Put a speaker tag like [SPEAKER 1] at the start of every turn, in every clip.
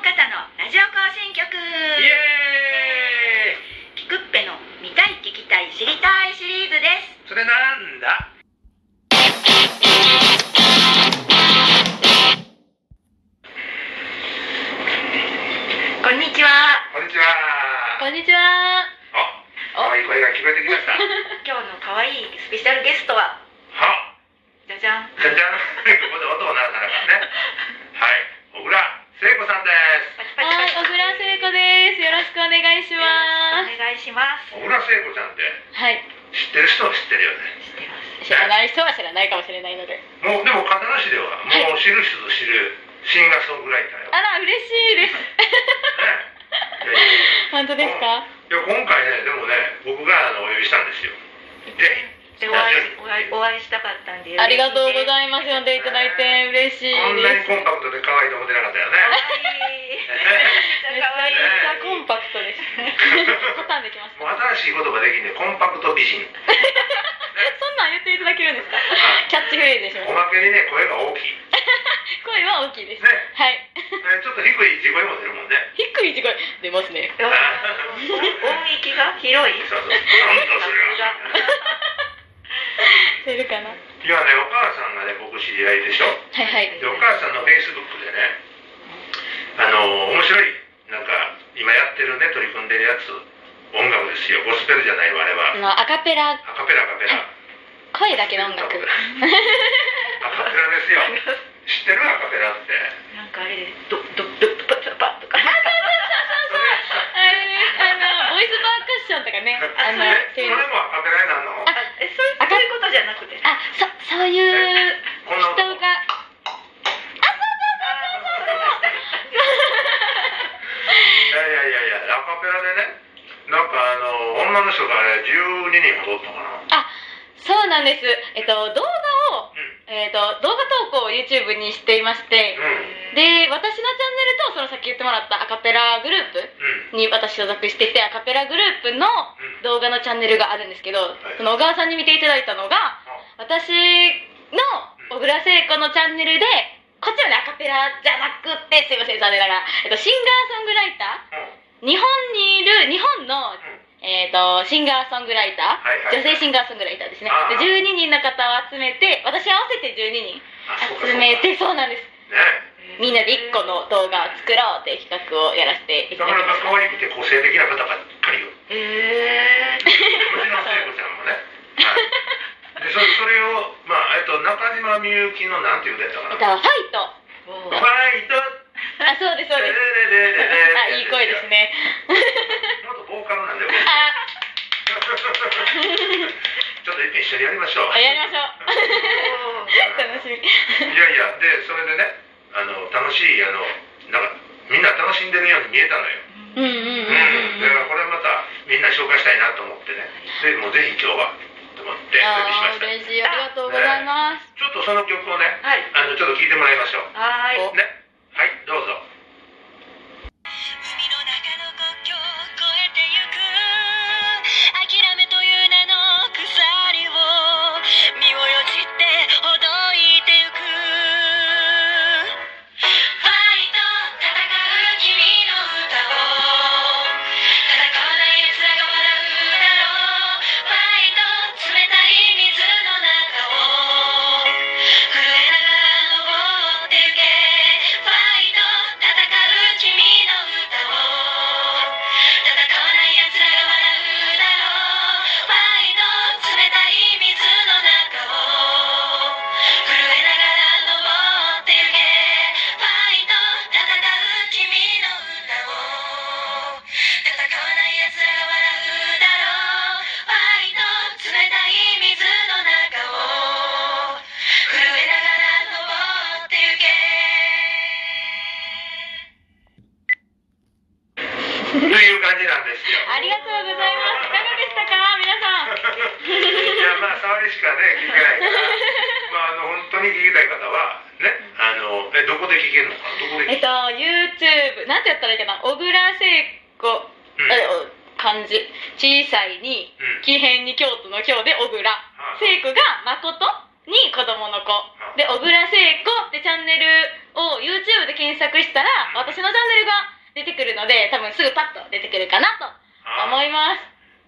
[SPEAKER 1] ラジオ更新曲
[SPEAKER 2] イエーイ
[SPEAKER 1] キクッペの見たい聞きたい知りたいシリーズです
[SPEAKER 2] それなんだ
[SPEAKER 1] こんにちは
[SPEAKER 2] こんにちは
[SPEAKER 3] こんにちは。
[SPEAKER 2] あ、可愛い声が聞こえてきました
[SPEAKER 1] 今日の可愛いスペシャルゲストは
[SPEAKER 2] は
[SPEAKER 1] じゃじゃん
[SPEAKER 2] じゃじゃんここで音を鳴らさなかったねはい、小倉聖子さんです
[SPEAKER 1] パチパチ
[SPEAKER 3] は
[SPEAKER 1] パ
[SPEAKER 3] い、
[SPEAKER 1] チ
[SPEAKER 3] 小倉聖子です。よろしくお願いし
[SPEAKER 1] よ
[SPEAKER 3] ま
[SPEAKER 1] ろ
[SPEAKER 3] す。
[SPEAKER 1] しくお願いします
[SPEAKER 2] 小倉聖子ちゃんって
[SPEAKER 3] はい、
[SPEAKER 2] 知ってる人は知ってるよね
[SPEAKER 1] 知ってます
[SPEAKER 3] 知らない人は知らないかもしれないので。
[SPEAKER 2] もう、でも片野市ではもう知る人ぞ知るシンガーソングライターよ
[SPEAKER 3] あら、嬉しいです。
[SPEAKER 2] ね
[SPEAKER 3] 本当ですか。
[SPEAKER 2] いや、いや今回ね、でもね、僕があのお呼びしたんですよで、
[SPEAKER 1] でお会いお会いお会いしたかったんで
[SPEAKER 3] ありがとうご
[SPEAKER 1] ま
[SPEAKER 3] ざいます。呼んでいただいて嬉しい
[SPEAKER 2] こんなに
[SPEAKER 3] です。
[SPEAKER 2] コンパクトで可愛いと思ってなかったよ
[SPEAKER 1] す
[SPEAKER 2] ね
[SPEAKER 1] めっちゃ可愛い
[SPEAKER 2] ね
[SPEAKER 3] めっちゃコンパクトです。パターンできまし
[SPEAKER 2] も
[SPEAKER 3] た。
[SPEAKER 2] う新しい言葉できんねコンパクト美人
[SPEAKER 3] え、そんなん言っていただけるんですか。キャッチフレーズにしま
[SPEAKER 2] お
[SPEAKER 3] す。
[SPEAKER 2] まけにね声が大きい、ね、
[SPEAKER 3] 声は大きいです。
[SPEAKER 2] ね
[SPEAKER 3] はい。
[SPEAKER 2] ちょっと低い地声も出るもんね
[SPEAKER 3] 低い声出ますね。
[SPEAKER 1] あ音域が広い
[SPEAKER 2] そうそうなんだそれは
[SPEAKER 3] 出るかな。はい
[SPEAKER 2] 今ねお母さんがね僕知り合いでしょ
[SPEAKER 3] はい。
[SPEAKER 2] でお母さんのフェイスブックでねあの面白いなんか今やってるね取り組んでるやつ音楽ですよゴスペルじゃないわあれ
[SPEAKER 3] あ
[SPEAKER 2] は
[SPEAKER 3] のアカペラ
[SPEAKER 2] アカペラアカペラ
[SPEAKER 3] 声だけの音 楽。
[SPEAKER 2] アカペラですよ知ってるアカペラって
[SPEAKER 1] なんかあれですドドドドパッパッとか
[SPEAKER 2] それ
[SPEAKER 3] あれですあの、ボイスパーカッションとかね、あの、
[SPEAKER 2] え
[SPEAKER 3] って
[SPEAKER 2] そ
[SPEAKER 3] い
[SPEAKER 2] れ
[SPEAKER 3] う
[SPEAKER 2] もアカペラになるの
[SPEAKER 1] あえそういうそういうことじゃなくて
[SPEAKER 3] あ、そ、そういう
[SPEAKER 2] こんな
[SPEAKER 3] 人
[SPEAKER 2] 音
[SPEAKER 3] が、
[SPEAKER 2] いやいやいやいやアカペラでねなんかあの女の人があれ12人踊ったかなう
[SPEAKER 3] そうなんです。えっと、動画を、
[SPEAKER 2] ん
[SPEAKER 3] えっと、動画投稿を YouTube にしていまし
[SPEAKER 2] う
[SPEAKER 3] て、
[SPEAKER 2] ん
[SPEAKER 1] で
[SPEAKER 3] で、私のチャンネルと、そのさっき言ってもらったアカペラグループ
[SPEAKER 2] うん
[SPEAKER 3] に私所属してて、アカペラグループ
[SPEAKER 2] う
[SPEAKER 3] の
[SPEAKER 2] ん
[SPEAKER 3] 動画のチャンネルがあるんですけど、その小川さんに見ていただいたのが、私の小倉聖子のチャンネルでこっちはねアカペラじゃなくってすいません残念ながら、えっと、シンガーソングライタ
[SPEAKER 2] うん
[SPEAKER 3] ー日本にいる日本の、えっとシンガーソングライタ
[SPEAKER 2] は
[SPEAKER 3] ー、
[SPEAKER 2] いはい
[SPEAKER 3] 女性シンガーソングライターですね
[SPEAKER 2] ああ
[SPEAKER 3] で12人の方を集めて私合わせて12人
[SPEAKER 2] あそうかそうか
[SPEAKER 3] 集めてそうなんです
[SPEAKER 2] ね
[SPEAKER 3] みんなで1個の動画を作ろうっていう企画をやらせてい
[SPEAKER 2] な
[SPEAKER 3] た
[SPEAKER 2] かなか
[SPEAKER 3] だきました
[SPEAKER 2] 可愛くて個性的な方ばっかりよも
[SPEAKER 1] へえ
[SPEAKER 2] ちろん聖子ちゃんもね、はい、でそそれをまあえっと中島みゆきのなんていう歌やったか
[SPEAKER 3] えっと
[SPEAKER 2] な「フ
[SPEAKER 3] ファイト
[SPEAKER 2] ァイト」
[SPEAKER 3] あそうですそう
[SPEAKER 2] レ
[SPEAKER 3] です
[SPEAKER 2] レレレレ
[SPEAKER 3] あいい声です ね
[SPEAKER 2] もっとボーカルなんだよ僕
[SPEAKER 3] あ
[SPEAKER 2] ちょっと一遍一緒にやりましょう
[SPEAKER 3] やりましょう楽しみ
[SPEAKER 2] いやいやでそれでねあの楽しいあのなんかみんな楽しんでるように見えたのよ
[SPEAKER 3] うんうんうん
[SPEAKER 2] うん、
[SPEAKER 3] うん
[SPEAKER 2] だからこれまたみんな紹介したいなと思ってねでもうぜひ今日はと思ってお呼びしま
[SPEAKER 3] あー
[SPEAKER 2] したち
[SPEAKER 3] 嬉しいありがとうございます、
[SPEAKER 2] ょっとその曲をね
[SPEAKER 1] はい
[SPEAKER 2] あのちょっと聴いてもらいましょう
[SPEAKER 1] はーい
[SPEAKER 3] お
[SPEAKER 2] ねはいどうぞ
[SPEAKER 4] 海の中の国境を越えてゆく諦めという名の鎖を身をよじってほどいてゆくファイト戦う君の歌を戦わない奴らが笑うだろうファイト冷たい水の中を震えながら登ってゆけファイト戦う君の歌を戦わない奴らが笑うだろうファイト冷たい水の中を震えながら登ってゆけファイト戦う君の歌を戦わない奴らが笑うだろうファイト冷たい水の中を震えながら登ってゆけ
[SPEAKER 2] という感じなんですよ
[SPEAKER 3] ありがとうございますいかがでしたか皆さん
[SPEAKER 2] いやまあ触りしかね聞けないから まああの本当に聞きたい方はねあのえどこで聞けるのかなどこで
[SPEAKER 3] え
[SPEAKER 2] 聞ける
[SPEAKER 3] っと YouTube なんてやったらいいかな小倉聖子、
[SPEAKER 2] うん
[SPEAKER 3] えお漢字小さいに
[SPEAKER 2] うん
[SPEAKER 3] 奇変に京都の京で小倉
[SPEAKER 2] あ
[SPEAKER 3] 聖子が誠に子供の子
[SPEAKER 2] い
[SPEAKER 3] で小倉聖子ってチャンネルを YouTube で検索したら私のチャンネルが出てくるので、多分すぐパッと出てくるかなと
[SPEAKER 2] あ
[SPEAKER 3] 思いま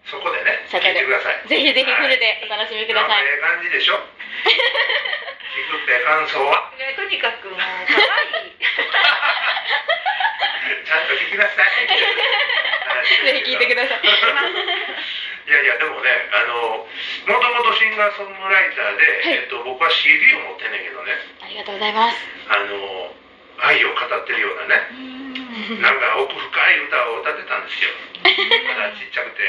[SPEAKER 2] そこでね、
[SPEAKER 3] す。
[SPEAKER 2] 聞いてください。
[SPEAKER 3] ぜひぜひフル
[SPEAKER 2] はい
[SPEAKER 3] でお楽しみください。
[SPEAKER 2] なんかええ感じでしょ聞 くって感想は
[SPEAKER 1] ねとにかくもう可愛い
[SPEAKER 2] ちゃんと聞きな さい。
[SPEAKER 3] ぜひ聞いてください。
[SPEAKER 2] いやいや、でもね、あの、もともとシンガーソングライターで、えっと、僕は CD を持ってんねんけどね、
[SPEAKER 3] ありがとうございます。
[SPEAKER 2] あの、愛を語ってるようなね、なんか奥深い歌を歌ってたんですよ。まだちっちゃくて、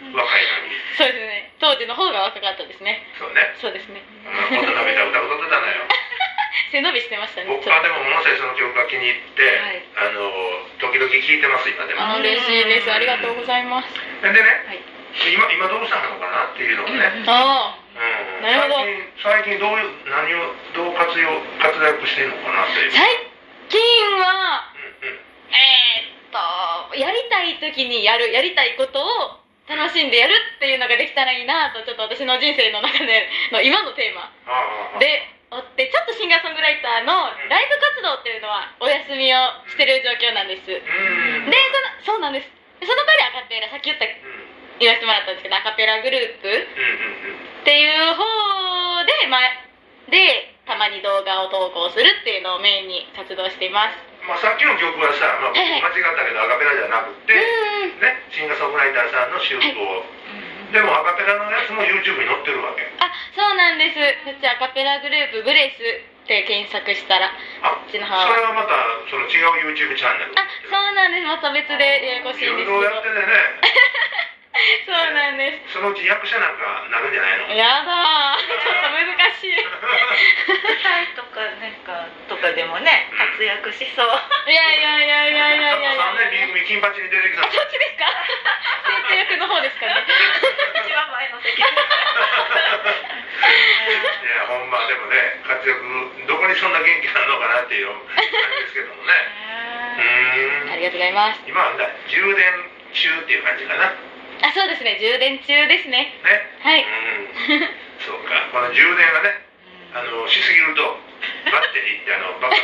[SPEAKER 2] あの、若いのに。
[SPEAKER 3] そうですね。当時の方が若かったですね。
[SPEAKER 2] そうね。
[SPEAKER 3] そうですね。
[SPEAKER 2] うん、大人びた歌歌ってたのよ。
[SPEAKER 3] 背伸びしてましたね。
[SPEAKER 2] 僕
[SPEAKER 3] ちょっ
[SPEAKER 2] は
[SPEAKER 3] と
[SPEAKER 2] でも、ものすごいその曲が気に入って、
[SPEAKER 1] はい
[SPEAKER 2] あの、時々聴いてます、今でも。
[SPEAKER 3] あ嬉しいです。ありがとうございます。
[SPEAKER 2] でね、
[SPEAKER 1] はい
[SPEAKER 2] 今今どうしたのかなっていうのをね、うん
[SPEAKER 3] ああ。なるほど
[SPEAKER 2] 最近最近どういう何をどう活用活躍してるのかなっていう、
[SPEAKER 3] 最近は、
[SPEAKER 2] うんうん、
[SPEAKER 3] えーっと、やりたい時にやる、やりたいことを楽しんでやるっていうのができたらいいなと、ちょっと私の人生の中での今のテーマ
[SPEAKER 2] ああああ
[SPEAKER 3] で、追って、ちょっとシンガーソングライターのライブ活動っていうのはお休みをしてる状況なんです。で、
[SPEAKER 2] うん
[SPEAKER 3] その、そうなんです。その代わりアカペラ、さっき言った、
[SPEAKER 2] うんうん
[SPEAKER 3] 言わせてもらったんですけど、アカペラグループ
[SPEAKER 2] うんうん
[SPEAKER 3] っていう方で、まあ、で、たまに動画を投稿するっていうのをメインに活動しています。
[SPEAKER 2] まあ、さっきの曲はさ、まあ、
[SPEAKER 3] はいはい
[SPEAKER 2] 間違ったけどアカペラじゃなくて、
[SPEAKER 3] うん。
[SPEAKER 2] ね、シンガーソングライターさんの集合、でもアカペラのやつも YouTube に載ってるわけ
[SPEAKER 3] あ、そうなんです。こっちアカペラグループ、ブレスって検索したら。
[SPEAKER 2] あ
[SPEAKER 3] こっ
[SPEAKER 2] そ
[SPEAKER 3] ち
[SPEAKER 2] れ
[SPEAKER 3] の方
[SPEAKER 2] はまたその違う YouTube チャンネル
[SPEAKER 3] あ、そうなんです。また別でややこしい
[SPEAKER 2] い
[SPEAKER 3] んですけ
[SPEAKER 2] ろいろやって
[SPEAKER 3] ど。
[SPEAKER 2] てね
[SPEAKER 3] そうなんです。
[SPEAKER 2] そのうち役者なんかなるんじゃないの
[SPEAKER 3] やだー。ちょっと難しい。
[SPEAKER 1] 舞台とかなんかとかでもね活躍しそう
[SPEAKER 3] いやいやいやいやいやいやい
[SPEAKER 2] 3年 B
[SPEAKER 3] や。
[SPEAKER 2] 組金八に出てきた
[SPEAKER 3] あ、そっちですか先生役の方ですかね。
[SPEAKER 1] 私は前の席
[SPEAKER 2] いやほんまでもね活躍どこにそんな元気なのかなっていう感じですけどもねうーん
[SPEAKER 3] ありがとうございます。
[SPEAKER 2] 今はだ充電中っていう感じかな
[SPEAKER 3] あ、そうですね。充電中ですね。
[SPEAKER 2] ね
[SPEAKER 3] は
[SPEAKER 2] う
[SPEAKER 3] い。
[SPEAKER 2] ーんそうかこの充電がねあのしすぎるとバッテリーってあのバカす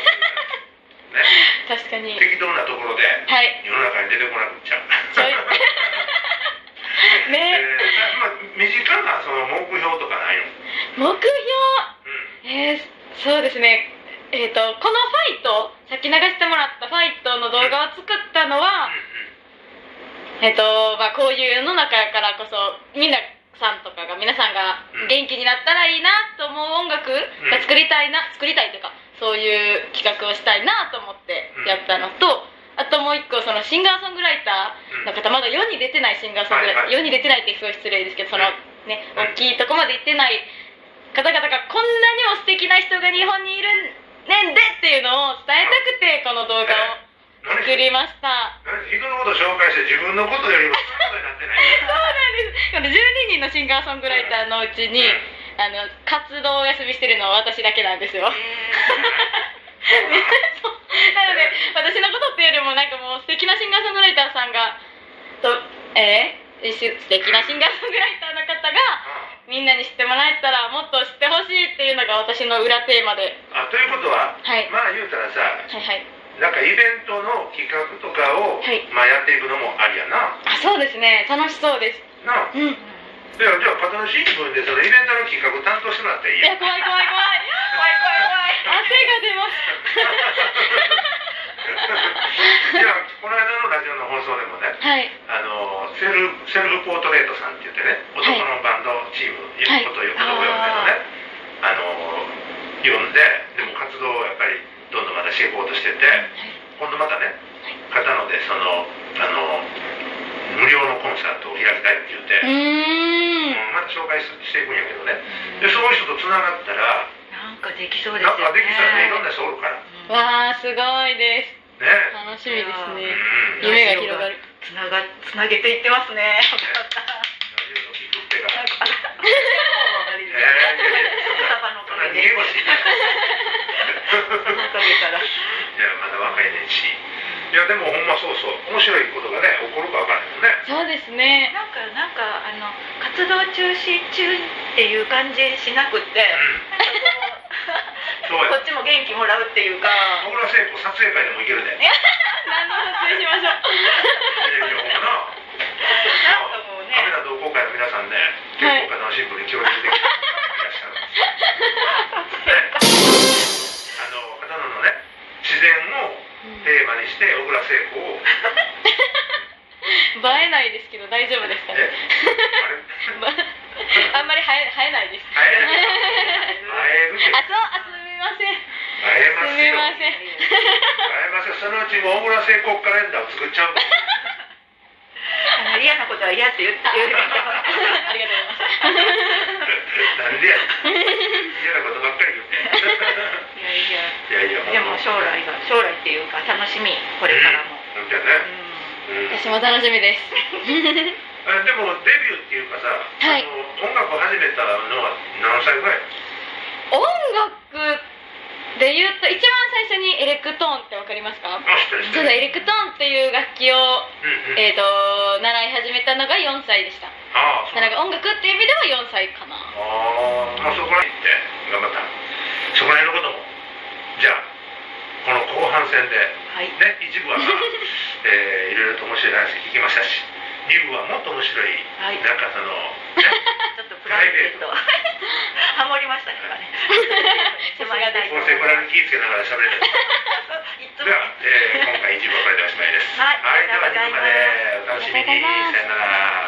[SPEAKER 2] るからね
[SPEAKER 3] 確かに。はい。
[SPEAKER 2] 適当なところで世の中に出てこなくっちゃう
[SPEAKER 3] ちょい
[SPEAKER 2] えー
[SPEAKER 3] ね、
[SPEAKER 2] まあ身近なその目標とかないの
[SPEAKER 3] 目標。
[SPEAKER 2] う
[SPEAKER 3] えー、そうですね、えー、とこのファイトさっき流してもらったファイトの動画を作ったのは、えーとまあ、こういう世の中やからこそみんなさんとかが皆さんが
[SPEAKER 2] うん
[SPEAKER 3] 元気になったらいいなと思う音楽が作りたいな、作りたいというかそういう企画をしたいなと思ってやったのと、あともう一個そのシンガーソングライターの方まだ世に出てないシンガーソングライター、
[SPEAKER 2] はいはい
[SPEAKER 3] 世に出てないってすごい失礼ですけどその、ね、
[SPEAKER 2] うん
[SPEAKER 3] 大きいとこまで行ってない方々がこんなにも素敵な人が日本にいるねんでっていうのを伝えたくてこの動画を
[SPEAKER 2] んうん
[SPEAKER 3] 作りました
[SPEAKER 2] なんで人のこと紹介して自分のことよりも人のことになってない
[SPEAKER 3] そうなんですこの12人のシンガーソングライターのうちにあの活動をお休みしてるのは私だけなんですよ なので私のことっていうよりもなんかもう素敵なシンガーソングライターさんがとえー、し素敵なシンガーソングライターの方がみんなに知ってもらえたらもっと知ってほしいっていうのが私の裏テーマで
[SPEAKER 2] あということは、
[SPEAKER 3] はい
[SPEAKER 2] まあ言うたらさ
[SPEAKER 3] はいはい
[SPEAKER 2] なんかイベントの企画とかを、
[SPEAKER 3] はい
[SPEAKER 2] まあ、やっていくのもありやな
[SPEAKER 3] あそうですね楽しそうです
[SPEAKER 2] なあ
[SPEAKER 3] うんい
[SPEAKER 2] ではじゃあパトン新聞でそのイベントの企画担当してもらっていい
[SPEAKER 3] や
[SPEAKER 2] や
[SPEAKER 3] 怖い怖い怖い
[SPEAKER 1] 怖い怖い
[SPEAKER 3] 汗が出ます
[SPEAKER 2] じゃあこの間のラジオの放送でもね
[SPEAKER 3] はい
[SPEAKER 2] あのセルフセルフポートレートさんって言ってね男のバンドチーム、
[SPEAKER 3] はい
[SPEAKER 2] い、うことをよく呼んでねあの呼んででも活動をやっぱりどんどんまたしていこうとしてて今度またね片野でそのあの無料のコンサートを開きたいって言って、
[SPEAKER 3] うーん
[SPEAKER 2] うんまた紹介ししていくんやけどねでそういう人とつながったら
[SPEAKER 1] なんかできそうです
[SPEAKER 2] な
[SPEAKER 1] よ
[SPEAKER 2] ん
[SPEAKER 1] ね
[SPEAKER 2] かできたらねいろんな人おるから
[SPEAKER 3] わあすごいです
[SPEAKER 2] ね
[SPEAKER 3] 楽しみです
[SPEAKER 2] う
[SPEAKER 3] ね
[SPEAKER 2] ん
[SPEAKER 1] いや
[SPEAKER 2] ラジオの
[SPEAKER 3] 夢が広がる
[SPEAKER 1] つながつなげていってますね
[SPEAKER 2] 聞くって が
[SPEAKER 1] え
[SPEAKER 2] えーい
[SPEAKER 1] ー
[SPEAKER 2] やいやいや
[SPEAKER 1] パパの お
[SPEAKER 2] そん
[SPEAKER 1] か
[SPEAKER 2] な
[SPEAKER 1] げ
[SPEAKER 2] 逃
[SPEAKER 1] で
[SPEAKER 2] げ腰
[SPEAKER 1] おかげ
[SPEAKER 2] い
[SPEAKER 1] から
[SPEAKER 2] やまだ若いねんしいやでもほんまそうそう面白いことがね起こるか分からへんもんね
[SPEAKER 3] そうですね
[SPEAKER 1] なんかなんかあの活動中止中っていう感じしなくて、
[SPEAKER 2] うんそう
[SPEAKER 1] こ
[SPEAKER 2] や
[SPEAKER 1] っちも元気もらうっていうか、
[SPEAKER 2] 小倉聖子撮影会でも行けるで
[SPEAKER 3] 何の撮影しま
[SPEAKER 2] おお
[SPEAKER 3] 映えないですけど大丈夫ですか
[SPEAKER 2] え
[SPEAKER 3] ね
[SPEAKER 2] あれ
[SPEAKER 3] ま あんまり映え映えないです
[SPEAKER 2] 会えない会えるけど
[SPEAKER 3] あそうあすみません
[SPEAKER 2] 会えます
[SPEAKER 3] すみ
[SPEAKER 2] よ
[SPEAKER 3] ません
[SPEAKER 2] 会えますよそのうち大村成功カレンダーを作っち ゃう
[SPEAKER 1] あの嫌なことは嫌って言って言って
[SPEAKER 3] ありがとうございます
[SPEAKER 2] なんでや嫌なことばっかり言って
[SPEAKER 1] い
[SPEAKER 2] い
[SPEAKER 1] やいや
[SPEAKER 2] やいや
[SPEAKER 1] でも将来が将来っていうか楽しみこれからも、
[SPEAKER 2] うんだ
[SPEAKER 1] う
[SPEAKER 2] ね、
[SPEAKER 1] ん、
[SPEAKER 2] うん
[SPEAKER 3] 私も楽しみです
[SPEAKER 2] あでもデビューっていうかさ、
[SPEAKER 3] はい
[SPEAKER 2] あの音楽を始めたのは何歳ぐらい
[SPEAKER 3] 音楽で言うと一番最初にエレクトーンってわかりますか
[SPEAKER 2] あ知ってる知っ
[SPEAKER 3] そう
[SPEAKER 2] て
[SPEAKER 3] だ
[SPEAKER 2] る
[SPEAKER 3] エレクトーンっていう楽器を、
[SPEAKER 2] うんうん
[SPEAKER 3] えー、と習い始めたのが4歳でした
[SPEAKER 2] ああそう
[SPEAKER 3] だから音楽っていう意味では4歳かな
[SPEAKER 2] ああ、まあ、そこらへんって頑張ったそこらへんのこともじゃあこの後半戦で
[SPEAKER 1] はい
[SPEAKER 2] ね一部は、まあえーいろいろと面白い話聞きましたし二部はもっと面白い、
[SPEAKER 1] はい
[SPEAKER 2] なんかその、ね、
[SPEAKER 1] ちょっとプライベートはハモりましたね今ね手前
[SPEAKER 2] 音
[SPEAKER 1] 大丈夫
[SPEAKER 2] 声これに気ぃつけながら喋れる
[SPEAKER 1] いつ
[SPEAKER 2] で
[SPEAKER 1] も
[SPEAKER 2] は、えー今回一部はこれでおしまいです
[SPEAKER 1] はい
[SPEAKER 2] では二部までお楽しみに
[SPEAKER 3] ありがとうございます
[SPEAKER 2] さよなら